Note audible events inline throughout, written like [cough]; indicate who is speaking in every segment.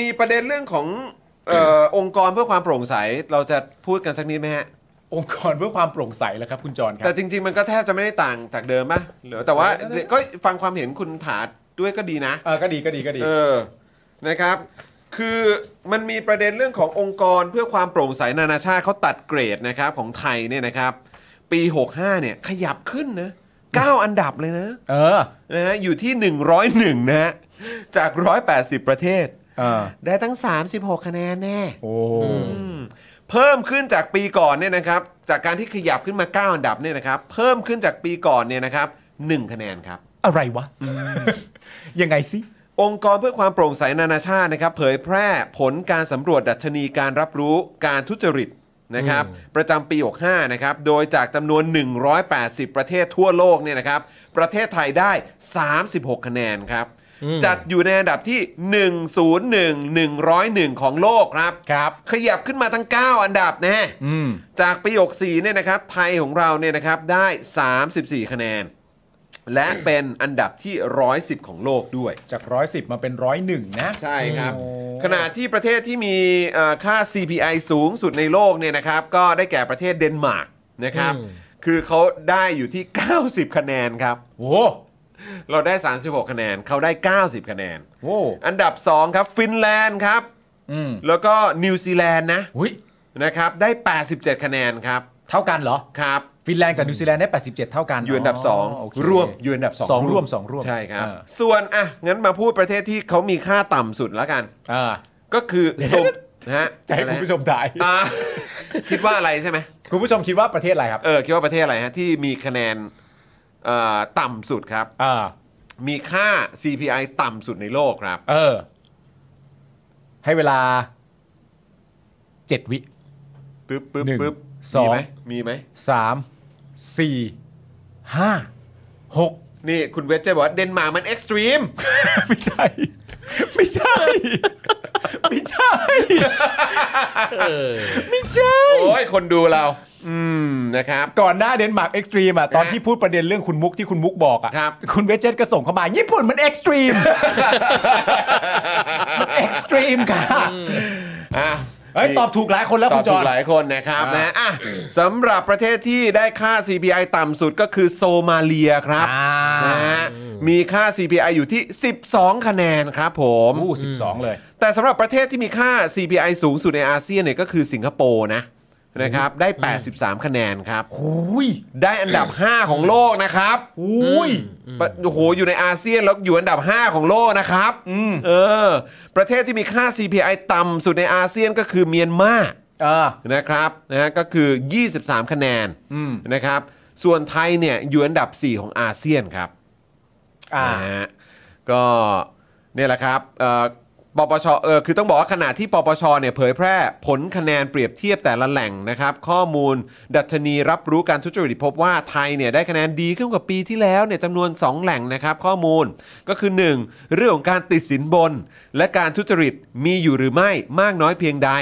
Speaker 1: มีประเด็นเรื่องของเอ่อองค์กรเพื่อความโปร่งใสเราจะพูดกันสักนิดไหมฮะ
Speaker 2: องค์กรเพื่อความโปร่งใสแล้วครับ คุณจรครั
Speaker 1: แต่
Speaker 2: บ
Speaker 1: จริง ๆ มันก็แทบจะไม่ได้ต่างจากเดิมป่ะหรือแต่ว่า
Speaker 2: เออเออ
Speaker 1: ก็ฟังความเห็นคุณถาดด้วยก็ดีนะ
Speaker 2: เออก็ดีก็ดีก็ดี
Speaker 1: เออ นะครับ คือมันมีประเด็นเรื่องขององค์กรเพื่อความโปร่งใสนานาชาติเขาตัดเกรดนะครับของไทยเนี่ยนะครับ ปี 65 เนี่ยขยับขึ้นนะ9อันดับเลยนะ
Speaker 2: เออ
Speaker 1: นะฮะอยู่ที่ 101 นะฮะจาก 180 ประเทศ
Speaker 2: เออ
Speaker 1: ได้ทั้ง 36 คะแนนแน่
Speaker 2: โอ้
Speaker 1: เพิ่มขึ้นจากปีก่อนเนี่ยนะครับ จากการที่ขยับขึ้นมา 9 อันดับเนี่ยนะครับ เพิ่มขึ้นจากปีก่อนเนี่ยนะครับ1คะแนนครับ
Speaker 2: อะไรวะ ยังไงสิ
Speaker 1: องค์กรเพื่อความโปร่งใสนานาชาตินะครับ เผยแพร่ผลการสำรวจดัชนีการรับรู้การทุจริตนะครับ ประจำปี 65 นะครับ โดยจากจำนวน 180 ประเทศทั่วโลกเนี่ยนะครับ ประเทศไทยได้ 36 คะแนนครับ จัดอยู่ในอันดับที่ 101 101 ของโลกครับ
Speaker 2: ครับ
Speaker 1: ขยับขึ้นมาทั้ง 9 อันดับนะฮะ
Speaker 2: อืม
Speaker 1: จากปี64เนี่ยนะครับ ไทยของเราเนี่ยนะครับ ได้ 34 คะแนน และเป็นอันดับที่ 110 ของโลกด้วย
Speaker 2: จากร้อยสิบมาเป็นร้อยหนึ่งนะ
Speaker 1: ใช่ครับ
Speaker 2: โอ้
Speaker 1: ขณะที่ประเทศที่มีเอ่อค่า CPI สูงสุดในโลกเนี่ยนะครับ ก็ได้แก่ประเทศเดนมาร์กนะครับ คือเขาได้อยู่ที่ 90 คะแนนครับ
Speaker 2: โอ้โห
Speaker 1: เราได้ 36 คะแนน เขาได้ 90 คะแนน
Speaker 2: โอ้
Speaker 1: อันดับ 2 ครับฟินแลนด์ครับ
Speaker 2: อืม
Speaker 1: แล้วก็นิวซีแลนด์นะ
Speaker 2: หุย
Speaker 1: นะครับ ได้ 87 คะแนนครับ
Speaker 2: เท่ากันเหรอ
Speaker 1: ครับ
Speaker 2: ฟินแลนด์กับนิวซีแลนด์ได้ 87 เท่ากัน
Speaker 1: อยู่อันดับ
Speaker 2: โอเค
Speaker 1: 2 ร่วมอยู่อันดับ
Speaker 2: สอง
Speaker 1: 2
Speaker 2: ร่วมสองร่วม
Speaker 1: ใช่ครับ
Speaker 2: เออ
Speaker 1: ส่วนอ่ะงั้นมาพูดประเทศที่เขามีค่าต่ำสุดแล้วกัน
Speaker 2: อ่า
Speaker 1: ก็คือส
Speaker 2: [laughs]
Speaker 1: มนะฮะ
Speaker 2: จะให้คุณผู้ชมถ่าย
Speaker 1: อ่า [laughs] คิดว่าอะไรใช่ไหม
Speaker 2: คุณผู้ชมคิดว่าประเทศอะไรครับ
Speaker 1: เออคิดว่าประเทศอะไรฮะที่มีคะแนนเอ่อต่ำสุดครับ
Speaker 2: อ่า
Speaker 1: มีค่า CPI ต่ำสุดในโลกครับ
Speaker 2: เออ ให้เวลาเจ็ดวิ
Speaker 1: ปึ๊บปึ๊บ
Speaker 2: หนึ่ง
Speaker 1: ปึ๊บ
Speaker 2: สอ
Speaker 1: มี
Speaker 2: ง
Speaker 1: ไหมมีไหม
Speaker 2: สามสี่ห้าหก
Speaker 1: นี่คุณเวทจะบอกว่าเดนมาร์กมันเอ็กซ์ตรีม
Speaker 2: [laughs] ไม่ใช่ ไม่ใช่ [laughs] ไม่ใช่
Speaker 3: เออ
Speaker 2: ไม่ใช่ [laughs]
Speaker 1: โอ้ยคนดูเรา อืมนะครับ
Speaker 2: ก่อนหน้าเดนมาร์กเอ็กซ์ตรีมอ่ะตอนที่พูดประเด็นเรื่องคุณมุกที่คุณมุกบอกอ่ะ
Speaker 1: ครับ
Speaker 2: คุณเวจเจตก็ส่งเข้ามา ญี่ปุ่นมันเอ็กซ์ตรีม [laughs] มันเอ็กซ์ตรีมค่ะ
Speaker 1: อ่ะ
Speaker 2: เฮ้ยตอบถูกหลายคนแล้ว
Speaker 1: ต
Speaker 2: คุ
Speaker 1: อบ
Speaker 2: ณจ
Speaker 1: ถู
Speaker 2: อห์
Speaker 1: กห
Speaker 2: น
Speaker 1: ลายคนนะครับ
Speaker 2: อ่าน
Speaker 1: นะอ่ะสำหรับประเทศที่ได้ค่า CPI ต่ำสุดก็คือโซมาเลียครับ
Speaker 2: อ่าน
Speaker 1: นะฮะมีค่า CPI อยู่ที่ 12 คะแนนครับผม
Speaker 2: ู้สิบสองเลย
Speaker 1: แต่สำหรับประเทศที่มีค่า CPI สูงสุดในอาเซียนเนี่ยก็คือสิงคโปร์นะนะครับ ได้ 83 คะแนนครับ
Speaker 2: หูย
Speaker 1: ได้อันดับ 5 ของโลกนะครับ
Speaker 2: หูย
Speaker 1: ปะโอ้โหอยู่ในอาเซียนแล้วอยู่อันดับ 5 ของโลกนะครับ
Speaker 2: อืม
Speaker 1: เออ ประเทศที่มีค่า CPI ต่ำสุดในอาเซียนก็คือเมียนมา
Speaker 2: อ่า
Speaker 1: นะครับนะฮะก็คือ 23 คะแนน
Speaker 2: อืม
Speaker 1: นะครับ ส่วนไทยเนี่ยอยู่อันดับ 4 ของอาเซียนครับ
Speaker 2: อ่า
Speaker 1: นะฮะก็เนี่ยแหละครับเอ่อปปชเออคือต้องบอกว่าขณะที่ปปชเนี่ยเผยแพร่ผลคะแนนเปรียบเทียบแต่ละแหล่งนะครับ ข้อมูลดัชนีรับรู้การทุจริตพบว่าไทยเนี่ยได้คะแนนดีขึ้นกว่าปีที่แล้วเนี่ยจำนวน 2 แหล่งนะครับข้อมูลก็คือ 1 เรื่องของการติดสินบน และการทุจริตมีอยู่หรือไม่มากน้อยเพียงใด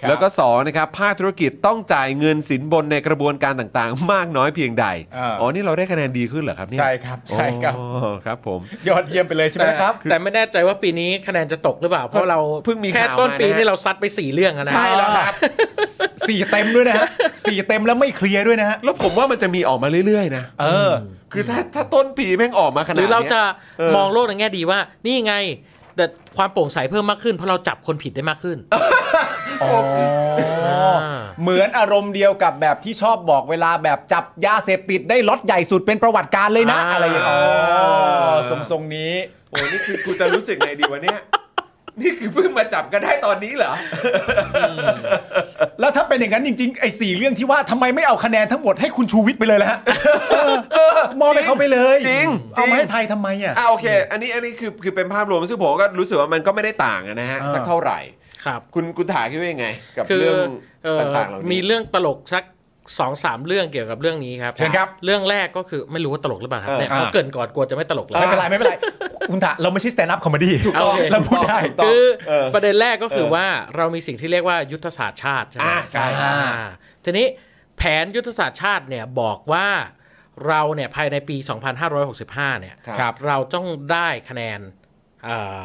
Speaker 2: ครับ
Speaker 1: แล้วก็ สองนะครับภาคธุรกิจต้องจ่ายเงินสินบนในกระบวนการต่างๆ มากน้อยเพียงใด
Speaker 2: อ่า
Speaker 1: อนี่เราได้คะแนนดีขึ้นเหรอครับเนี่ย
Speaker 2: ใช่ครับ ใช่ครับ
Speaker 1: อ๋อครับผม
Speaker 2: ยอดเยี่ยมไปเลยใช่ไหม
Speaker 3: แต่
Speaker 2: ครับ
Speaker 3: แต่ไม่แน่ใจว่าปีนี้คะแนนจะตกหรือเปล่า เพราะเรา
Speaker 1: เพิ่งมี
Speaker 3: แค่
Speaker 1: ข่าว
Speaker 3: ต้นปี
Speaker 1: มานะ
Speaker 3: นี่เราซัดไปสี่เรื่องอะนะ
Speaker 2: ใช่แล้วครับ สี่เต็มด้วยนะฮะสี่เต็มแล้วไม่เคลียร์ด้วยนะฮะ
Speaker 1: แล้วผมว่ามันจะมีออกมาเรื่อยๆนะ
Speaker 2: เออ
Speaker 1: คือถ้าถ้าต้นปีแม่งออกมาขนาด
Speaker 3: หรื
Speaker 1: นี้
Speaker 3: อย เราจะ
Speaker 1: เออ
Speaker 3: มองโลกในแง่ดีว่า นี่ไงแต่ความโปร่งใสเพิ่มมากขึ้นเพราะเราจับคนผิดได้มากขึ้น
Speaker 2: อ๋อเหมือนอารมณ์เดียวกับแบบที่ชอบบอกเวลาแบบจับยาเสพติดได้ล็อตใหญ่สุดเป็นประวัติการเลยนะ
Speaker 3: อ่า
Speaker 2: อะไรอย่างเงี้ยอ๋อทรงทรงๆนี้
Speaker 1: โอ้นี่คือกูจะรู้สึกไงดีวะเนี่ย [laughs] นี่คือเพิ่งมาจับกันได้ตอนนี้เหรอ
Speaker 2: แล้วถ้าเป็นอย่างนั้นจริงๆ ไอ้สี่เรื่องที่ว่าทำไมไม่เอาคะแนนทั้งหมดให้คุณชูวิทย์ไปเลยล่ะฮะมอบให้เขาไปเลย
Speaker 1: จริง
Speaker 2: เอา
Speaker 1: จริ
Speaker 2: มาให้
Speaker 1: ง
Speaker 2: ไทยทำไมอ่ะ
Speaker 1: อ่าโอเค อันนี้อันนี้คือคือเป็นภาพรวมซึ่งผมก็รู้สึกว่ามันก็ไม่ได้ต่างอะนะฮะ
Speaker 2: เออ
Speaker 1: สักเท่าไหร่
Speaker 3: ครับ
Speaker 1: คุณคุณถาคิดว่ายังไง กับ
Speaker 3: คือ
Speaker 1: เรื่อง
Speaker 3: เอ่อ
Speaker 1: ต่างๆเหล่า
Speaker 3: มี
Speaker 1: นี้
Speaker 3: เรื่องตลกสักสองสามเรื่องเกี่ยวกับเรื่องนี้ครับ
Speaker 2: เชิญครับ
Speaker 3: เรื่องแรกก็คือไม่รู้ว่าตลกหรือเปล่าครับ
Speaker 1: เออ
Speaker 3: เนี่ยเขา
Speaker 2: อ่า
Speaker 3: เกรินก่อนกลัวจะไม่ตลกเลย
Speaker 2: ไม่เป็นไรไม่เป็นไร คุณถะเราไม่ใช่สแตนด์อัพคอมเมดี้
Speaker 1: ถูกต้อง
Speaker 2: เราพูดได้
Speaker 1: ถูกต้ง
Speaker 3: คือ
Speaker 1: เออ
Speaker 3: ประเด็นแรกก็คือ
Speaker 1: เออ
Speaker 3: ว่าเรามีสิ่งที่เรียกว่ายุทธศาสตร์ชาติใช่ไหม
Speaker 1: อ่าใช่
Speaker 3: อ่าทีนี้แผนยุทธศาสตร์ชาติเนี่ยบอกว่าเราเนี่ยภายในปี 2565 เนี่ย
Speaker 2: ครับ
Speaker 3: เราต้องได้คะแนนเอ่อ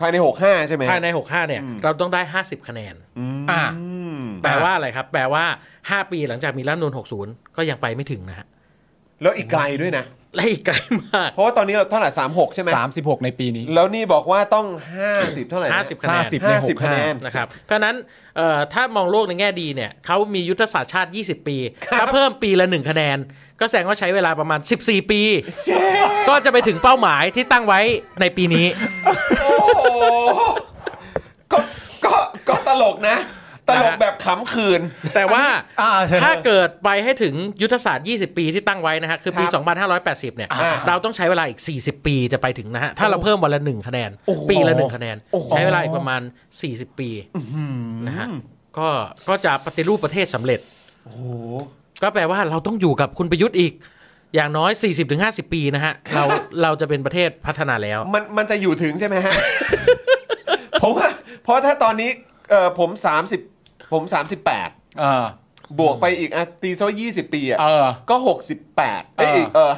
Speaker 1: ภายใน 65 ใช่ไหมฮะ
Speaker 3: ภายใน 65 เนี่ย เราต้องได้ 50 คะแนน
Speaker 2: อ่า
Speaker 1: อืม
Speaker 3: แปลว่าอะไรครับ แปลว่า 5 ปีหลังจากมีรัฐธรรมนูล60 ก็ยังไปไม่ถึงนะฮะ
Speaker 1: แล้วอีกไกลด้วยนะ
Speaker 3: และอีกไกลมาก
Speaker 1: เพราะว่าตอนนี้เราเท่าไหร่36 ใช่ไหม
Speaker 2: สามสิบหกในปีนี้
Speaker 1: แล้วนี่บอกว่าต้อง 50 เท่าไหร่นะ
Speaker 3: 50คะแนน
Speaker 1: ห้าสิบ
Speaker 2: ในหกห้า
Speaker 1: คะแนน
Speaker 3: นะครับเพราะฉะนั้นเอ่อถ้ามองโลกในแง่ดีเนี่ยเขามียุทธศาสตร์ชาติ 20 ปี ถ้าเพิ่มปีละ 1 คะแนน ก็แสดงว่าใช้เวลาประมาณ 14 ปี ก็จะไปถึงเป้าหมายที่ตั้งไว้ในปีนี้
Speaker 1: [laughs] โอ้โหก็ก็ก็ตลกนะ ตลกแบบขำคืน
Speaker 3: แต่ว่า
Speaker 2: อ่าเชิญ
Speaker 3: ถ้าเกิดไปให้ถึงยุทธศาสตร์ 20 ปีที่ตั้งไว้นะฮะคือปี
Speaker 1: ครับ
Speaker 3: 2580 เนี่ย
Speaker 1: อ่า
Speaker 3: เราต้องใช้เวลาอีก 40 ปีจะไปถึงนะฮะ ถ้าเราเพิ่มวันละ 1 คะแนน
Speaker 2: โอ้โห
Speaker 3: ปีละ 1 คะแนน
Speaker 2: โอ้โห
Speaker 3: ใช้เวลาอีกประมาณ 40 ปีนะฮะก็ก็จะปฏิรูปประเทศสำเร็จ ก็แปลว่าเราต้องอยู่กับคุณประยุทธ์อีก อย่างน้อย 40-50 ปีนะฮะ เราเราจะเป็นประเทศพัฒนาแล้ว
Speaker 1: มันมันจะอยู่ถึงใช่ไหมฮะ ผมว่าเพราะถ้าตอนนี้เออผม 30 ผม 38
Speaker 2: เออบ
Speaker 1: วกไปอีกอ่ะตีซะว่า20 ปีอ่ะ
Speaker 2: เออ
Speaker 1: ก็ 68 เอ้ย
Speaker 2: เออ
Speaker 1: เออ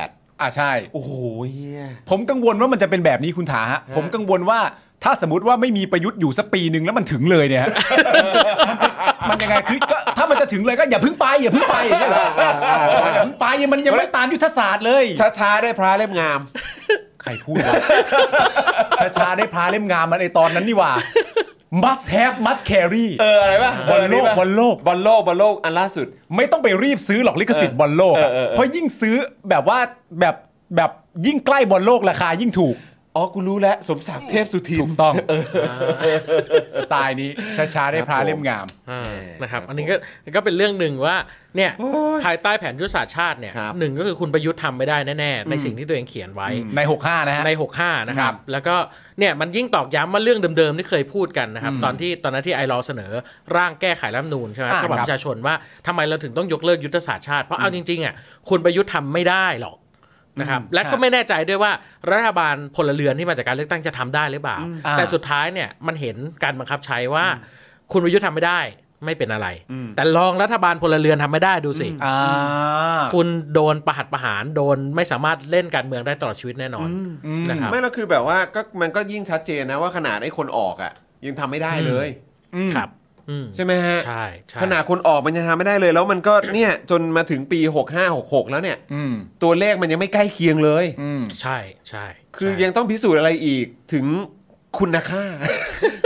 Speaker 1: 58
Speaker 2: อ่าใช่
Speaker 1: โอ้โหเฮีย
Speaker 2: ผมกังวลว่ามันจะเป็นแบบนี้คุณถาฮะ ผมกังวลว่าถ้าสมมติว่าไม่มีประยุทธ์อยู่สักปีหนึ่งแล้วมันถึงเลย
Speaker 1: [laughs]
Speaker 2: เนี่ยฮะ มันจะมันยังไงคือก็ถ้ามันจะถึงเลยก็อย่าเพึ่งไปอย่าเพึ่งไปอย่างเงี้ยเหรออย่าเพึ่งไปมันยังไม่ตามยุทธศาสตร์เลย
Speaker 1: ช้าๆ ได้พระเล่มงาม
Speaker 2: ใครพูดวะ ช้าๆได้พาเล่มงามมันไอตอนนั้นนี่หว่า must have must carry
Speaker 1: เออ อะไรป่ะ
Speaker 2: บอลโลก
Speaker 1: เ
Speaker 2: บอลโลก
Speaker 1: บอลโลก บอลโลก อันล่าสุด
Speaker 2: ไม่ต้องไปรีบซื้อหรอกลิขสิทธิ์บอลโลกอะ
Speaker 1: เออเออเออ
Speaker 2: เพราะยิ่งซื้อแบบว่าแบบแบบยิ่งใกล้บอลโลกราคายิ่งถูก
Speaker 1: อ๋อ กูรู้แล้ว สมศักดิ์เทพสุทิน
Speaker 2: ถูกต้องสไตล์นี้ช้าๆได้พาเล่มงาม
Speaker 3: อ่านะครับ
Speaker 1: ครับ
Speaker 3: อันนี้ก็ก็เป็นเรื่องหนึ่งว่าเนี่ย
Speaker 1: โอ้ย
Speaker 3: ภายใต้แผนยุทธศาสตร์ชาติเนี่ย
Speaker 1: ครับ
Speaker 3: หนึ่งก็คือคุณประยุทธ์ทำไม่ได้แน่ๆ ในสิ่งที่ตัวเองเขียนไว้
Speaker 2: ใน 65 นะฮะ
Speaker 3: ใน 65 นะค
Speaker 2: ค
Speaker 3: รั
Speaker 2: รับ บ
Speaker 3: แล้วก็เนี่ยมันยิ่งตอกย้ำว่าเรื่องเดิมๆที่เคยพูดกันนะครับ ตอนที่ตอนนั้นที่ไอรอว์เสนอร่างแก้ไขรัฐธรรมนูญใช่ไหม
Speaker 2: อ่า
Speaker 3: ฉบับ
Speaker 2: ครับ
Speaker 3: ประชาชนว่าทำไมเราถึงต้องยกเลิกยุทธศาสตร์ชาติ เพราะเอาจริงๆอ่ะคุณประยุทธ์ทำไม่ได้หรอกนะครับและก็ไม่แน่ใจด้วยว่ารัฐบาลพลเรือนที่มาจากการเลือกตั้งจะทำได้หรือเปล่า
Speaker 2: อ่า
Speaker 3: แต่สุดท้ายเนี่ยมันเห็นการบังคับใช้ว่า คุณประยุทธ์ทำไม่ได้ไม่เป็นอะไร แต่ลองรัฐบาลพลเรือนทำไม่ได้ดูสิ
Speaker 2: อ่า
Speaker 3: คุณโดนประหัตประหารโดนไม่สามารถเล่นการเมืองได้ตลอดชีวิตแน่นอน
Speaker 1: อืม
Speaker 2: อืม
Speaker 3: นะครับ
Speaker 1: ไม่แล้วคือแบบว่าก็มันก็ยิ่งชัดเจนนะว่าขนาดไอ้คนออกอ่ะ ยังทำไม่ได้เลย
Speaker 3: ครับอืม
Speaker 1: ใช่ไหมฮะ
Speaker 3: ใช่ใช่
Speaker 1: ขนาดคนออกมันยังทำไม่ได้เลย แล้วมันก็ เนี่ยจนมาถึงปี 6566 แล้วเนี่ย
Speaker 2: อืม
Speaker 1: ตัวเลขมันยังไม่ใกล้เคียงเลย
Speaker 2: อืม
Speaker 3: ใช่ใช่
Speaker 1: คือ
Speaker 3: ใช่
Speaker 1: ยังต้องพิสูจน์อะไรอีกถึงคุณ
Speaker 3: [laughs]
Speaker 1: ค่า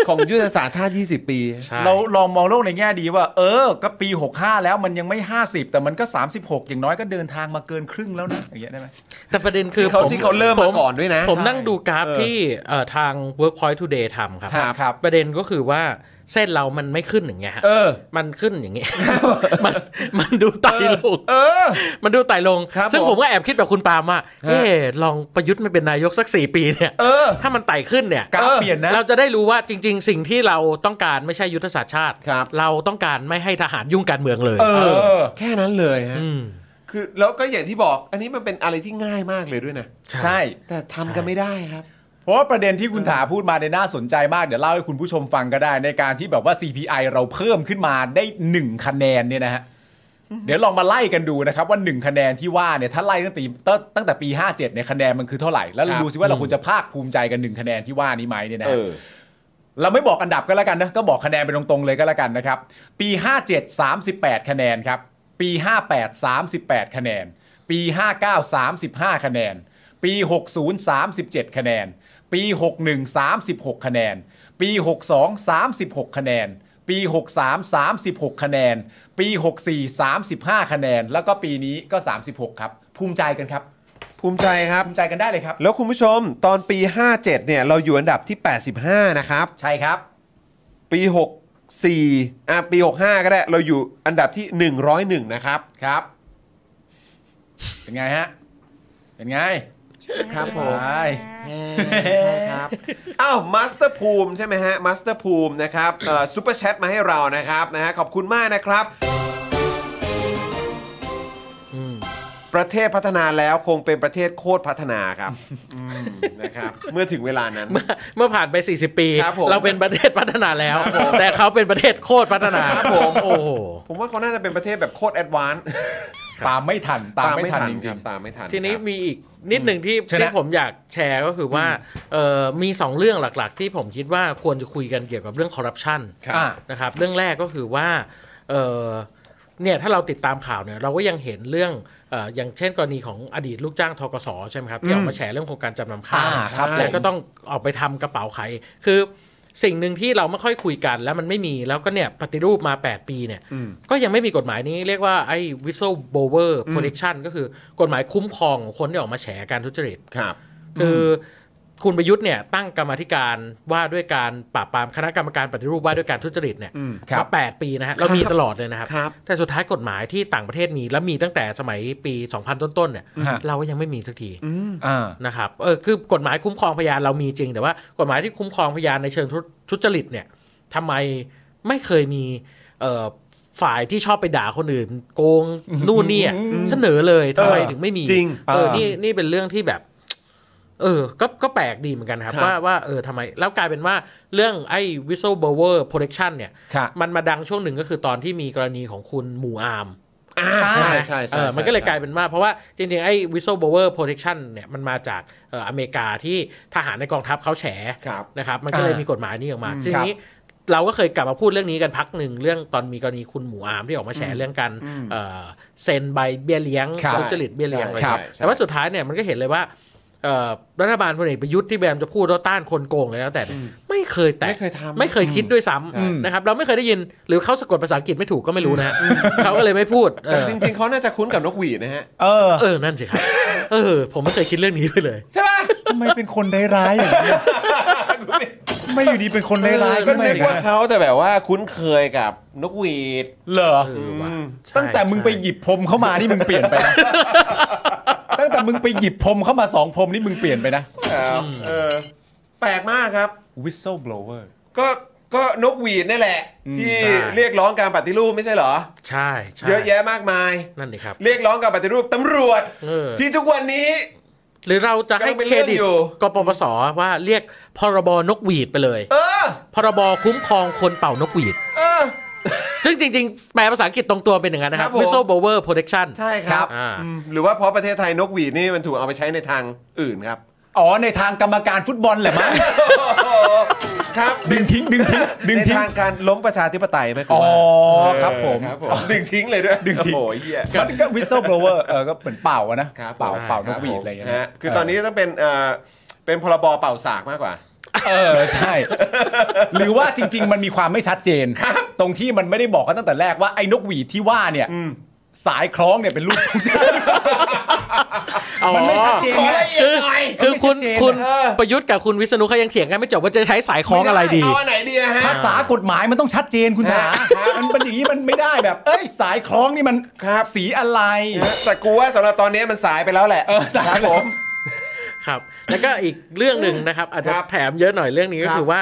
Speaker 1: ของยุทธศาสตร์ชาติ 20 ปี
Speaker 3: ใช่
Speaker 2: เราลองมองโลกในแง่ดีว่า เออ ก็ปี 65 แล้วมันยังไม่ 50 แต่มันก็ 36 อย่างน้อยก็เดินทางมาเกินครึ่งแล้วนะ อย่างเงี้ยได้ไหม
Speaker 3: แต่ประเด็นคือ
Speaker 1: ที่เขา
Speaker 3: ผม
Speaker 1: ที่เขาเริ่มมาก่อนด้วยนะ
Speaker 3: ผมนั่ง
Speaker 2: ใช่
Speaker 3: ดูกราฟ
Speaker 1: เออ
Speaker 3: ที่เอ่อทาง Workpoint Today ทำครับ
Speaker 2: ครับ
Speaker 3: ประเด็นก็คือว่าเส้นเรามันไม่ขึ้นอย่างเงี้ยฮะ
Speaker 1: เออ
Speaker 3: มันขึ้นอย่างเงี้ย
Speaker 1: [laughs]
Speaker 3: มันมันดูไต่ลง
Speaker 1: เออ
Speaker 3: มันดูไต่ลง
Speaker 1: ครับ
Speaker 3: ซึ่ง
Speaker 1: ผม
Speaker 3: ผมก็แอบคิดแบบคุณปาล์มว่าเอ๊ะลองประยุทธ์มาเป็นนายกสักสี่ปีเนี่ย
Speaker 1: เออ
Speaker 3: ถ้ามันไต่ขึ้นเนี่ย
Speaker 2: กราฟเปลี่ยนนะ
Speaker 3: เราจะได้รู้ว่าจริง ๆ สิ่งที่เราต้องการไม่ใช่ยุทธศาสตร์ชาติ
Speaker 1: ครับ
Speaker 3: เราต้องการไม่ให้ทหารยุ่งการเมืองเลย
Speaker 1: เอ
Speaker 2: เอ
Speaker 1: อ
Speaker 2: อ
Speaker 1: แค่นั้นเลยฮะ
Speaker 3: ม
Speaker 1: คือแล้วก็อย่างที่บอกอันนี้มันเป็นอะไรที่ง่ายมากเลยด้วยนะ
Speaker 2: ใช่
Speaker 1: แต่ทำกันไม่ได้ครับ
Speaker 2: เพราะว่าประเด็นที่คุณถาพูดมาในยน่าสนใจมาก เดี๋ยวเล่าให้คุณผู้ชมฟังก็ได้ ในการที่แบบว่า CPI เราเพิ่มขึ้นมาได้ 1 คะแนนเนี่ยนะฮะ เดี๋ยวลองมาไล่กันดูนะครับว่า 1 คะแนนที่ว่าเนี่ยถ้าไล่ตั้งแต่ตั้งตั้งแต่ปี 57เนี่ยคะแนนมันคือเท่าไหร่ แล้วเรา
Speaker 1: ครับ
Speaker 2: ดูสิว่าเราควรจะภาคภูมิใจกัน 1 คะแนนที่ว่านี้ไหมเนี่ยนะ
Speaker 1: เอ
Speaker 2: ฮะ
Speaker 1: อ
Speaker 2: เราไม่บอกอันดับก็แล้วกันนะ ก็บอกคะแนนไปตรงๆเลยก็แล้วกันนะครับ ปี 57 38 คะแนนครับ ปี 58 38 คะแนน ปี 59 35 คะแนน ปี 60 37 คะแนน ปี 61 36 คะแนน ปี 62 36 คะแนน ปี 63 36 คะแนน ปี 64 35 คะแนน แล้วก็ปีนี้ก็ 36 ครับ ภูมิใจกันครับ
Speaker 1: ภูมิใจครับ
Speaker 2: ภูมิใจกันได้เลยครับ
Speaker 1: แล้วคุณผู้ชมตอนปี 57 เนี่ย เราอยู่อันดับที่ 85 นะครับ
Speaker 2: ใช่ครับ
Speaker 1: ปี 64อ่ะปี 65 ก็ได้ เราอยู่อันดับที่ 101 นะครับ
Speaker 2: ครับ เป็นไงฮะ เป็นไง
Speaker 1: ครับผม
Speaker 2: ใช่
Speaker 1: ใช่ครับ อ้าวมาสเตอร์ภูมิใช่ไหมฮะมาสเตอร์ภูมินะครับซูเปอร์แชทมาให้เรานะครับนะฮะขอบคุณมากนะครับ ประเทศพัฒนาแล้วคงเป็นประเทศโคตรพัฒนาครับอืมนะครับ เมื่อถึงเวลานั้น
Speaker 3: เมื่อเมื่อผ่านไป 40 ปี
Speaker 1: ครับผม
Speaker 3: เราเป็นประเทศพัฒนาแล้ว
Speaker 1: ครับผม
Speaker 3: แต่เขาเป็นประเทศโคตรพัฒนา
Speaker 1: ครับผม
Speaker 3: โอ้โห
Speaker 1: ผมว่าเขาน่าจะเป็นประเทศแบบโคตรแอดวานซ์
Speaker 2: ตามไม่ทันตามไม่ทัน
Speaker 1: ค
Speaker 2: จริ
Speaker 1: รั
Speaker 2: ง
Speaker 1: บตามไม่ทัน
Speaker 3: ทีนี้
Speaker 1: ครับ
Speaker 3: มีอีกนิดหนึ่งที่
Speaker 2: ชนะ
Speaker 3: ที่ผมอยากแชร์ก็คือว่าเอ่อมีสองเรื่องหลักๆ ที่ผมคิดว่าควรจะคุยกันเกี่ยวกับเรื่องคอร์รัปชัน
Speaker 2: ๆอ่ะ
Speaker 3: นะครับเรื่องแรกก็คือว่าเออเนี่ยถ้าเราติดตามข่าวเนี่ยเราก็ยังเห็นเรื่องเอออย่างเช่นกรณีของอดีตลูกจ้างทกสใช่ไหมครับที่ออกมาแฉเรื่องโครงการจำนำข้าว
Speaker 2: อ่าครับ
Speaker 3: แล้
Speaker 2: ผ
Speaker 3: ว
Speaker 2: ม
Speaker 3: ก็ต้องออกไปทำกระเป๋าขายคือสิ่งหนึ่งที่เราไม่ค่อยคุยกันแล้วมันไม่มีแล้วก็เนี่ยปฏิรูปมา 8 ปีเนี่ยก็ยังไม่มีกฎหมายนี้เรียกว่าไอ้ whistleblower protection ก็คือกฎหมายคุ้มครองของคนที่ออกมาแฉการทุจริต
Speaker 1: ครับ
Speaker 3: คือคุณประยุทธ์เนี่ยตั้งกรรมาธิการว่าด้วยการปราบปรามคณะกรรมการปฏิรูปว่าด้วยการทุจริตเนี่ย
Speaker 2: อืมครับ
Speaker 3: มาแปดปีนะฮะเรามีตลอดเลยนะครับ
Speaker 1: ครับ
Speaker 3: แต่สุดท้ายกฎหมายที่ต่างประเทศมีและมีตั้งแต่สมัยปี 2000 ต้นๆเนี่ย
Speaker 2: ฮะ
Speaker 3: เราก็ยังไม่มีสักที
Speaker 2: อ่า
Speaker 3: นะครับเออคือกฎหมายคุ้มครองพยานเรามีจริง แต่ว่ากฎหมายที่คุ้มครองพยานในเชิงทุทุจริตเนี่ยทำไมไม่เคยมีเอ่อฝ่ายที่ชอบไปด่าคนอื่น โกงนู่นนี่อะเสนอเลยทำไม
Speaker 2: เออ
Speaker 3: ถึงไม่มี
Speaker 1: จริง
Speaker 3: เออ
Speaker 2: อ่านี่
Speaker 3: นี่ นี่เป็นเรื่องที่แบบ เออ ก็ ก็แปลกดีเหมือนกันครับ
Speaker 1: ครับ
Speaker 3: ว่า ว่า เออทำไม แล้วกลายเป็นว่า เรื่องไอ้ whistleblower protection เนี่ย
Speaker 2: ครับ
Speaker 3: มันมาดังช่วงหนึ่งก็คือตอนที่มีกรณีของคุณหมู่อาร์ม
Speaker 1: อ่าใช่ใช่
Speaker 3: เอ
Speaker 1: ใช่
Speaker 3: อ
Speaker 1: ใช่
Speaker 3: มันก็เลยกลายเป็นว่า เพราะว่า จริง ๆ ไอ้ whistleblower protection เนี่ย มันมาจาก เอออเมริกาที่ทหารในกองทัพเขาแฉ
Speaker 1: ครับ
Speaker 3: นะครับ มันก็เลย
Speaker 2: อ่ามี
Speaker 3: มีกฎหมายนี้ออกมา
Speaker 2: อืม
Speaker 3: ทีนี้เราก็เคยกลับมาพูดเรื่องนี้กันพักหนึ่งเรื่องตอนมีกรณีคุณหมูอามที่ออกมาแฉเรื่องการเอ่อเซ็นใบเบี้ยเลี้ยง
Speaker 2: ครับ
Speaker 3: ทุจริตเบี้ยเลี้ยงอะไร
Speaker 1: ครับ
Speaker 3: เงี้ยแต่ว่าสุดท้ายเนี่ยมันก็เห็นเลยว่าเอ่อรัฐบาลพลเอกประยุทธ์ที่แบมจะพูดว่าต้านคนโกงเลยแล้วแต่เนี่ยไม่เคยแต่
Speaker 1: ไม่เคยทำ
Speaker 3: ไม่เคยคิดด้วยซ้
Speaker 1: ใช่
Speaker 3: ำนะครับเราไม่เคยได้ยินหรือเขาสะกดภาษาอังกฤษไม่ถูกก็ไม่รู้นะฮะเขาก็เลยไม่พูดเอ
Speaker 1: แต่
Speaker 3: อ
Speaker 1: จริง ๆเขาน่าจะคุ้นกับนกหวีดนะฮะ
Speaker 2: เออ
Speaker 3: เออนั่นสิครับเออผมไม่เคยคิดเรื่องนี้ไปเลย
Speaker 1: ใช่ป่ะ
Speaker 2: ทำไมเป็นคนร้ายๆอย่างนี้ทำไมอยู่ดีเป็นคนร้ายๆ
Speaker 1: ก็
Speaker 2: ขึ้นมา
Speaker 1: นึ
Speaker 2: อก ย่าง
Speaker 1: ว่า
Speaker 2: นั้น
Speaker 1: เขาแต่แบบว่าคุ้นเคยกับนกหวีด
Speaker 2: เหรอ
Speaker 3: เออว่ะใช่
Speaker 2: ตั้งแต่มึงไปหยิบพรมเข้ามานี่มึงเปลี่ยนไปนะ ตั้งแต่มึงไปหยิบพรมเข้ามาสองพรมนี่มึงเปลี่ยนไปนะ
Speaker 1: เออแปลกมากครับ
Speaker 2: whistle blower
Speaker 1: ก็ก็นกหวีดนี่แหละ ที่
Speaker 3: ใช่
Speaker 1: เรียกร้องการปฏิรูปไม่ใช่เหรอ
Speaker 3: ใช่ใช่
Speaker 1: เยอะแยะมากมาย
Speaker 3: นั่นเองครับ
Speaker 1: เรียกร้องการปฏิรูปตำรวจ
Speaker 3: เออ
Speaker 1: ที่ทุกวันนี้
Speaker 3: หรือเราจะให้
Speaker 1: ยังเป็น
Speaker 3: เครดิ
Speaker 1: เรื่อ
Speaker 3: ต
Speaker 1: งอยู่
Speaker 3: กปปสว่าเรียกพรบนกหวีดไปเลย
Speaker 1: เออ
Speaker 3: พรบคุ้มครองคนเป่านกหวีด
Speaker 1: เออ
Speaker 3: ซึ่งจริง ๆ แปลภาษาอังกฤษตรงตัวเป็นอย่างนั้นนะครั
Speaker 1: ครับ บผม
Speaker 3: whistleblower protection
Speaker 1: ใช่ครับ
Speaker 3: อ่า
Speaker 1: อืมหรือว่าเพราะประเทศไทยนกหวีดนี่มันถูกเอาไปใช้ในทางอื่นครับ
Speaker 2: อ๋อในทางกรรมการฟุตบอลแหละมั้ง
Speaker 1: ครับ
Speaker 2: ดึงทิ้งดึงทิ้งดึง
Speaker 1: ใน
Speaker 2: ทิ้ง
Speaker 1: ทางการล้มประชาธิปไตยไหมคุณ
Speaker 2: อ๋อ
Speaker 1: ว่าเ
Speaker 2: ครับผม
Speaker 1: ครับผมดึงทิ้งเลยด้วย
Speaker 2: ดึงทิ้ง
Speaker 1: โอ้โหเหี้ย
Speaker 2: มันก็ whistle blower เออก็เหมือนเป่าอะนะครับ เป่า
Speaker 1: ผม
Speaker 2: เป่า
Speaker 1: คน รับ
Speaker 2: กหวีดอะไรอย่างเงี้ย
Speaker 1: ฮ
Speaker 2: นะ
Speaker 1: คือตอนนี้ต้องเป็นเอ่อเป็นพรบเป่าสากมากกว่า
Speaker 2: เออใช่ หรือว่าจริง ๆ มันมีความไม่ชัดเจน ตรงที่มันไม่ได้บอกกันตั้งแต่แรกว่าไอ้นกหวีดที่ว่าเนี่ยสายคล้องเนี่ยเป็นลูกทงช [laughs] าติมันไม่ชัดเจน
Speaker 1: ขอ
Speaker 2: ไง
Speaker 1: ละเอียด
Speaker 3: คือ
Speaker 1: หน่อย
Speaker 3: คือ
Speaker 2: มันไม่
Speaker 3: คุณ
Speaker 2: ชัดเจน
Speaker 3: คุณ
Speaker 1: เออ
Speaker 3: ประยุทธ์กับคุณวิษณุเขายังเถียงกันไม่จบว่าจะใช้สายคล้องอะไรดี
Speaker 1: ม่เอาอันไหนดีอะฮะ
Speaker 2: ภาษากฎหมายมันต้องชัดเจนคุณถา
Speaker 1: ครับ
Speaker 2: มันเป็นอย่างนี้มันไม่ได้แบบ เอ้ยสายคล้องนี่มัน
Speaker 1: ครับ
Speaker 2: สีอะไร
Speaker 1: แต่กูว่าสำหรับตอนนี้มันสายไปแล้วแหละ
Speaker 2: เออสาย
Speaker 1: ครับผม
Speaker 3: ครับ แล้วก็อีกเรื่องหนึ่งนะครับ อาจจะ
Speaker 1: ครับ
Speaker 3: แถมเยอะหน่อยเรื่องนี้
Speaker 1: ค
Speaker 3: ก็
Speaker 1: รับ
Speaker 3: คือว่า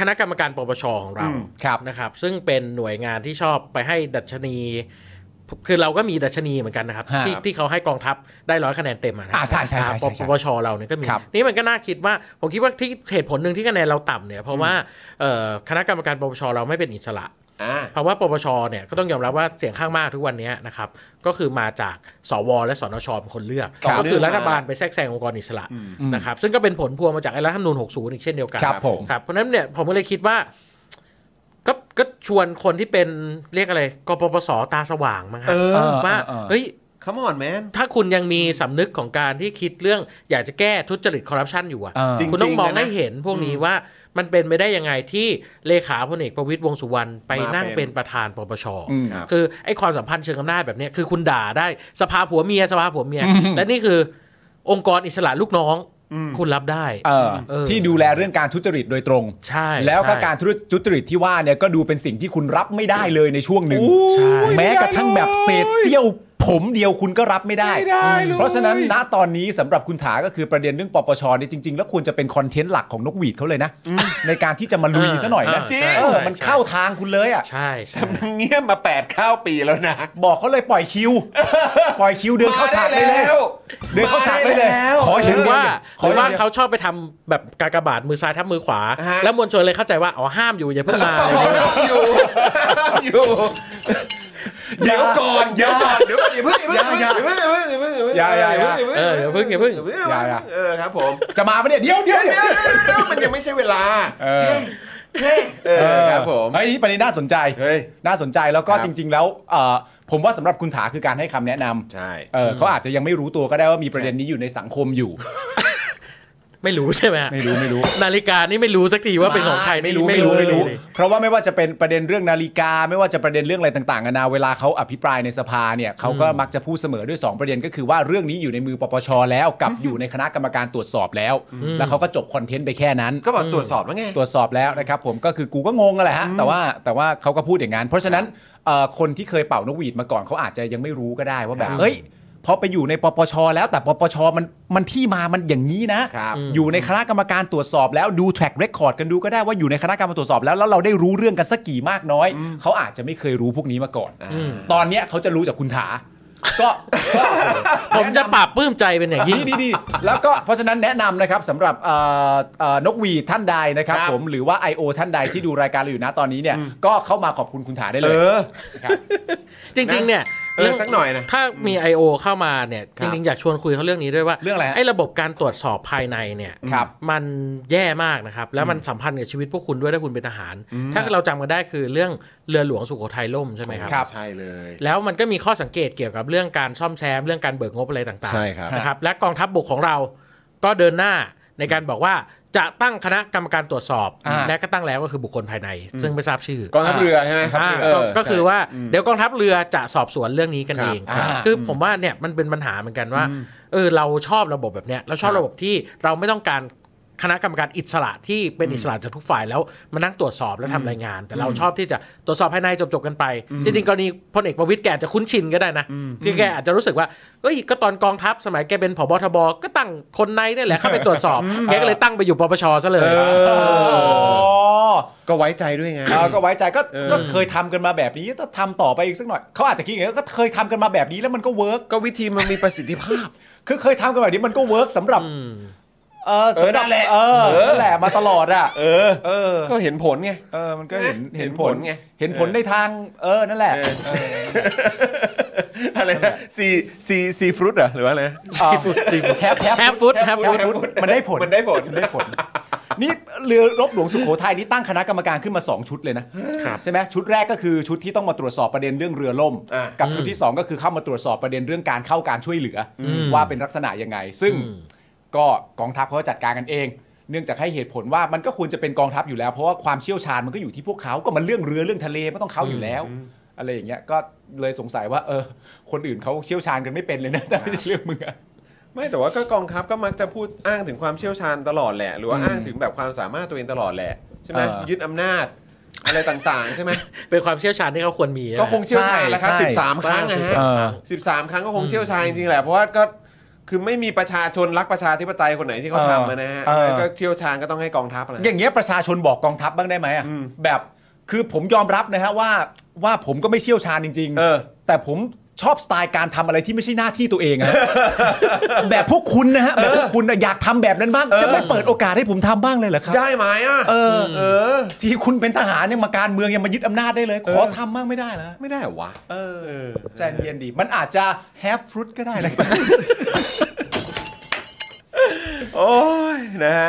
Speaker 3: คณะกรรมการปปชของเรา
Speaker 1: อืม
Speaker 2: ครับ
Speaker 3: นะครับ ซึ่งเป็นหน่วยงานที่ชอบไปให้ดัชนี คือเราก็มีดัชนีเหมือนกันนะครับ
Speaker 2: ฮะ
Speaker 3: ที่ที่เขาให้กองทัพได้ร้อยคะแนนเต็มอะนะ
Speaker 2: อ่าใช่ใช่ใช่ใช่
Speaker 3: ปปปชเราเนี่ยก็มี
Speaker 2: ครับ
Speaker 3: นี่มันก็น่าคิดว่า ผมคิดว่าที่เหตุผลหนึ่งที่คะแนนเราต่ำเนี่ย เพราะว่าเอ่อคณะกรรมการปปชเราไม่เป็นอิสระ
Speaker 1: อ่า
Speaker 3: เพราะว่าปปชเนี่ยก็ต้องยอมรับว่าเสียงข้างมากทุกวันนี้นะครับก็คือมาจากสวและสนชเป็นคนเลือก
Speaker 1: ครับ
Speaker 3: ก็คือรัฐบาลไปแทรกแซงองค์กรอิสระนะครับซึ่งก็เป็นผลพวงมาจากไอ้รัฐธรรมนูญ60 อีกเช่นเดียวกัน
Speaker 2: ครับผม
Speaker 3: ครับเพราะฉะนั้นเนี่ยผมก็เลยคิดว่า ก็ก็ชวนคนที่เป็นเรียกอะไรกปปสตาสว่างมั้งฮะ
Speaker 1: เออ
Speaker 3: ว่า
Speaker 2: เออเออ
Speaker 3: เฮ้ย
Speaker 1: come on man
Speaker 3: ถ้าคุณยังมีสำนึกของการที่คิดเรื่องอยากจะแก้ทุจริตคอร์รัปชันอยู่อะ
Speaker 2: เออ
Speaker 1: จริง
Speaker 3: คุณต้องมอง
Speaker 1: นะ
Speaker 3: ให้เห็นพวกนี้ว่ามันเป็นไปได้ยังไงที่เลขาพลเอกประวิตยวงษ์สุวรรณไปนั่ง
Speaker 1: มาเป็
Speaker 3: เป็น นประธานปปช
Speaker 2: อืม
Speaker 1: ครับ
Speaker 3: คือไอ้ความสัมพันธ์เชิงอำนาจแบบเนี้ยคือคุณด่าได้สภาผัวเมียสภาผัวเมีย และนี่คือองค์กรอิสระลูกน้อง คุณรับได้
Speaker 2: เออ
Speaker 3: เออ
Speaker 2: ที่ดูแลเรื่องการทุจริตโดยตรง
Speaker 3: ใช่
Speaker 2: แล้วก็
Speaker 3: ใช่
Speaker 2: การทุจริตที่ว่าเนี่ยก็ดูเป็นสิ่งที่คุณรับไม่ได้เลยในช่วงหนึ่ง
Speaker 3: ใช่
Speaker 2: แม้กระทั่งแบบเศษเสี้ยวผ ผมเดียวคุณก็รับไม่ได้
Speaker 1: ไม่ได้เลย
Speaker 2: เพราะฉะนั้นณตอนนี้สำหรับคุณถาก็คือประเด็นเรื่องปปชเนี่ยจริง ๆ แล้วควรจะเป็นคอนเทนต์หลักของนกหวีดเขาเลยนะ ในการที่จะมาลุยซะหน่อยนะ
Speaker 3: จริง
Speaker 2: เออมันเข้าทางคุณเลยอ่ะ
Speaker 3: ใช่ใช่
Speaker 1: เงียบมา8ปดเก้าปีแล้วนะ
Speaker 2: บอกเขาเลยปล่อยคิว ปล่อยคิวเดินเข้าฉากไปเลย เดินเข้าฉากไปเลย
Speaker 1: มด้แล้ว
Speaker 2: ขอ
Speaker 3: ห
Speaker 2: เห็น
Speaker 3: รือว่า
Speaker 2: ข
Speaker 3: ห
Speaker 2: อ
Speaker 3: รือ อย่าง
Speaker 2: เดียว
Speaker 3: ว่าเขาชอบไปทำแบบกากบาทมือซ้ายทับมือขวา
Speaker 1: ฮะ
Speaker 3: แล้วมวลชนเลยเข้าใจว่า อ๋อ ห้ามอยู่อย่าเพิ่
Speaker 2: [laughs]
Speaker 3: งมาอะไรอย่างเงี้ย
Speaker 1: อยู่อยู่ เดี๋ยวก่อนเดี๋ยวก่อนเดี๋ยวก่อนอย่าเพิ่งอย่าเพิ่งอย่าเพิ่งอย่าเพิ่งอย่าเพิ่ง
Speaker 3: เอออย่าเพิ่งอย่าเพิ่ง
Speaker 1: เออครับผม
Speaker 2: จะมาปะเนี่ยเดี๋ยวเดี๋ยว
Speaker 1: เดี๋
Speaker 2: เดี๋
Speaker 1: ย
Speaker 2: ยวว
Speaker 1: เดี๋ยวมันยังไม่ใช่เวลา
Speaker 2: เออ
Speaker 1: เฮ้เออครับผม
Speaker 2: เฮ้ยนี่ประเด็นน่าสนใจ
Speaker 1: เฮ้ย
Speaker 2: น่าสนใจแล้วก็
Speaker 1: ครับ
Speaker 2: จริง ๆ แล้วเอ่อผมว่าสำหรับคุณถาคือการให้คำแนะนำ
Speaker 1: ใช่
Speaker 2: เออเขาอาจจะยังไม่รู้ตัวก็ได้ว่ามีประเด็นนี้อยู่ในสังคมอยู่
Speaker 3: ไม่รู้ใช่ไหมฮะ
Speaker 2: ไม่รู้ไม่รู้
Speaker 3: นาฬิกานี่ไม่รู้สักทีว่าเป็นของใคร
Speaker 2: ไม่รู้ไม่รู้ไม่รู้ เพราะว่าไม่ว่าจะเป็นประเด็นเรื่องนาฬิกา ไม่ว่าจะประเด็นเรื่องอะไรต่างๆนานาเวลาเขาอภิปรายในสภาเนี่ยเขาก็มักจะพูดเสมอด้วย 2 ประเด็นก็คือว่าเรื่องนี้อยู่ในมือปปชแล้วกับอยู่ในคณะกรรมการตรวจสอบแล้ว แล้วเขาก็จบคอนเทนต์ไปแค่นั้น
Speaker 1: ก็บอกตรวจสอบแล้วไง
Speaker 2: ตรวจสอบแล้วนะครับผมก็คือกูก็งงอะแหละฮะแต่ว่าแต่ว่าเขาก็พูดอย่างนั้น เพราะฉะนั้นเอ่อคนที่เคยเป่านกหวีดมาก่อนเขาอาจจะยังไม่รู้ก็ได้ว่าแบ
Speaker 1: ค
Speaker 2: บ
Speaker 1: รับ
Speaker 2: เอ้ยพอไปอยู่ในปปชแล้วแต่ปปชมันมันที่มามันอย่างนี้นะครับ อยู่ในคณะกรรมการตรวจสอบแล้วดูแทร็กเรคคอร์ดกันดูก็ได้ว่าอยู่ในคณะกรรมการตรวจสอบแล้วแล้วเราได้รู้เรื่องกันสักกี่มากน้อย เขาอาจจะไม่เคยรู้พวกนี้มาก่อน ตอนเนี้ยเขาจะรู้จากคุณถา ก็ก็
Speaker 3: ผมจะปราบปลื้มใจเป็นอย่างยิ่ง
Speaker 2: ดีดีๆแล้วก็เพราะฉะนั้นแนะนำนะครับสำหรับเอ่อเอ่อนกหวีดท่านใดนะครับ
Speaker 1: ครับ
Speaker 2: ผมหรือว่า I.O. ท่านใดที่ดูรายการเราอยู่นะตอนนี้เนี่ยก็เข้ามาขอบคุณคุณถาได้เลย
Speaker 1: เออ
Speaker 2: ครับ
Speaker 3: จริงๆเนี่ย
Speaker 1: เออสักหน่อยนะ
Speaker 3: ถ้ามี I.O. เข้ามาเนี่ย
Speaker 1: ค
Speaker 3: จ
Speaker 1: รับ
Speaker 3: ริงๆ อยากชวนคุยเขาเรื่องนี้ด้วยว่า
Speaker 2: เรื่องอะไรฮะ
Speaker 3: ไอ้ระบบการตรวจสอบภายในเนี่ย
Speaker 2: ครับ
Speaker 3: มันแย่มากนะครับ แล้วมันสัมพันธ์กับชีวิตพวกคุณด้วยถ้าคุณเป็นทหาร ถ้าเราจำกันได้คือเรื่องเรือหลวงสุโขทัยล่มใช่ไหมครับ
Speaker 2: ครับ
Speaker 1: ใช่เลย
Speaker 3: แล้วมันก็มีข้อสังเกตเกี่ยวกับเรื่องการซ่อมแซมเรื่องการเบิกงบอะไรต่าง
Speaker 1: ใช่ครับ
Speaker 3: ๆนะครับและกองทัพบบกของเราก็เดินหน้าในการบอกว่าจะตั้งคณะกรรมการตรวจสอบ
Speaker 2: อ่า
Speaker 3: และก็ตั้งแล้วก็คือบุคคลภายใน ซึ่งไม่ทราบชื่อ
Speaker 1: กองทัพเรือใช่ไหม
Speaker 3: อ่า
Speaker 1: เ
Speaker 3: ก็ก็คือว่าเดี๋ยวกองทัพเรือจะสอบสวนเรื่องนี้กัน
Speaker 1: ครั
Speaker 3: เอบ ง
Speaker 2: ครับ
Speaker 3: คือผมว่าเนี่ยมันเป็นปัญหาเหมือนกันว่าเออเราชอบระบบแบบเนี้ยเราชอบระบบที่เราไม่ต้องการคณะกรรมการอิสระที่เป็นอิสระจากทุกฝ่ายแล้วมานั่งตรวจสอบและทำรายงาน แต่เราชอบที่จะตรวจสอบภายในจบจบๆกันไปจริงๆกรณีพลเอกประวิตยแกอาจจะคุ้นชินก็ได้นะคือแกอาจจะรู้สึกว่าเอ้ยก็ตอนกองทัพสมัยแกเป็นผบทบก็ตั้งคนในเนี่ยแหละเข้าไปตรวจสอบแกก็เลยตั้งไปอยู่ปปชซะเลย
Speaker 1: เออ
Speaker 2: อ
Speaker 1: ก็ไว้ใจด้วยไง
Speaker 2: เราก็ไว้ใจก็
Speaker 1: เออ
Speaker 2: ก็เคยทำกันมาแบบนี้ก็ทำต่อไปอีกสักหน่อยเขาอาจจะคิดอย่างนี้ก็เคยทำกันมาแบบนี้แล้วมันก็เวิร์ก
Speaker 1: ก็วิธีมันมีประสิทธิภาพ
Speaker 2: คือเคยทำกันแบบนี้มันก็เวิร์กสำหรับเออ
Speaker 1: เออ
Speaker 2: สำห
Speaker 1: นั่
Speaker 2: รับ
Speaker 1: นแหละ
Speaker 2: เออนั่นแหละมาตลอดอ่ะ
Speaker 1: เออ
Speaker 2: เออ
Speaker 1: ก็เห็นผลไง
Speaker 2: เออมันก็เห็น
Speaker 1: เห็
Speaker 2: เห็
Speaker 1: น
Speaker 2: น
Speaker 1: ผ
Speaker 2: ผ
Speaker 1: ล
Speaker 2: ล
Speaker 1: ไง
Speaker 2: เห็นผลในทางเออนั่นแหละ
Speaker 1: อะไรนะซีซีซีฟรุตเหรอหรือว่าอะไร
Speaker 2: ซีฟู้ดซีฟู้ดแฮป
Speaker 3: แฮปฟู้ดแฮปฟู้ด
Speaker 2: มันได้ผล
Speaker 1: มันได้ผล
Speaker 2: มันได้ผล นี่เรือรบหลวงสุโขทัยนี่ตั้งคณะกรรมการขึ้นมา 2 ชุดเลยนะ ใช่ไหมชุดแรกก็คือชุดที่ต้องมาตรวจสอบประเด็นเรื่องเรือล่ม
Speaker 1: อ่ะ
Speaker 2: กับชุดที่ 2 ก็คือเข้ามาตรวจสอบประเด็นเรื่องการเข้าการช่วยเหลืออ
Speaker 3: ม
Speaker 2: ว่าเป็นลักษณะยังไง ซึ่ง
Speaker 3: อืม
Speaker 2: ก็กองทัพเขาก็จัดการกันเอง เนื่องจากให้เหตุผลว่ามันก็ควรจะเป็นกองทัพอยู่แล้ว เพราะว่าความเชี่ยวชาญมันก็อยู่ที่พวกเขาก็มันเรื่องเรือเรื่องทะเลมันต้องเขาอยู่แล้ว อะไรอย่างเงี้ยก็เลยสงสัยว่าเออคนอื่นเขาเชี่ยวชาญกันไม่เป็นเลยนะแต่ไม่ใช่เรื่องมึงอะ
Speaker 1: ไม่แต่ว่าก็กองทัพก็มักจะพูดอ้างถึงความเชี่ยวชาญตลอดแหละ หรือว่าอ้างถึงแบบความสามารถตัวเองตลอดแหละใช่ไหม
Speaker 2: เออ
Speaker 1: ยึดอำนาจอะไรต่างๆ ใช่ไหม
Speaker 3: เป็นความเชี่ยวชาญที่เขาควรมีนะ
Speaker 1: ก็คงเชี่ยวชาญแหล้วครับ
Speaker 2: ใช่ใช่
Speaker 1: 13 ครั้งนะฮะ
Speaker 2: เออ
Speaker 1: สิบสามครั้งก็คงเชี่ยวชาญจริงๆแหละเพราะว่าก็คือไม่มีประชาชนรักประชาธิปไตยคนไหนที่เขาทำอะนะฮะ
Speaker 2: เออ
Speaker 1: ก็เชี่ยวชาญก็ต้องให้กองทัพนะ
Speaker 2: อย่างเงี้ยประชาชนบอกกองทัพบ้างได้ไหมอะแบบคือผมยอมรับนะฮะว่าว่าผมก็ไม่เชี่ยวชาญจริง
Speaker 1: เออ
Speaker 2: แต่ผมชอบสไตล์การทำอะไรที่ไม่ใช่หน้าที่ตัวเองอะ [laughs] แบบพวกคุณนะฮะแบบพวกคุณนะอยากทำแบบนั้นบ้างจะไม่เปิดโอกาสให้ผมทำบ้างเลยเหรอครับ
Speaker 1: ได้ไหมอ่ะ
Speaker 2: เออ
Speaker 1: เออ
Speaker 2: ที่คุณเป็นทหารยังมาการเมืองยังมายึดอำนาจได้เลย ขอ
Speaker 1: เออ
Speaker 2: ทำบ้างไม่ได้เหรอ
Speaker 1: ไม่ได้เหรอวะ
Speaker 2: เออใจเย็นดีมันอาจจะแฮปฟรุตก็ได้นะ
Speaker 1: โอ้ยนะฮะ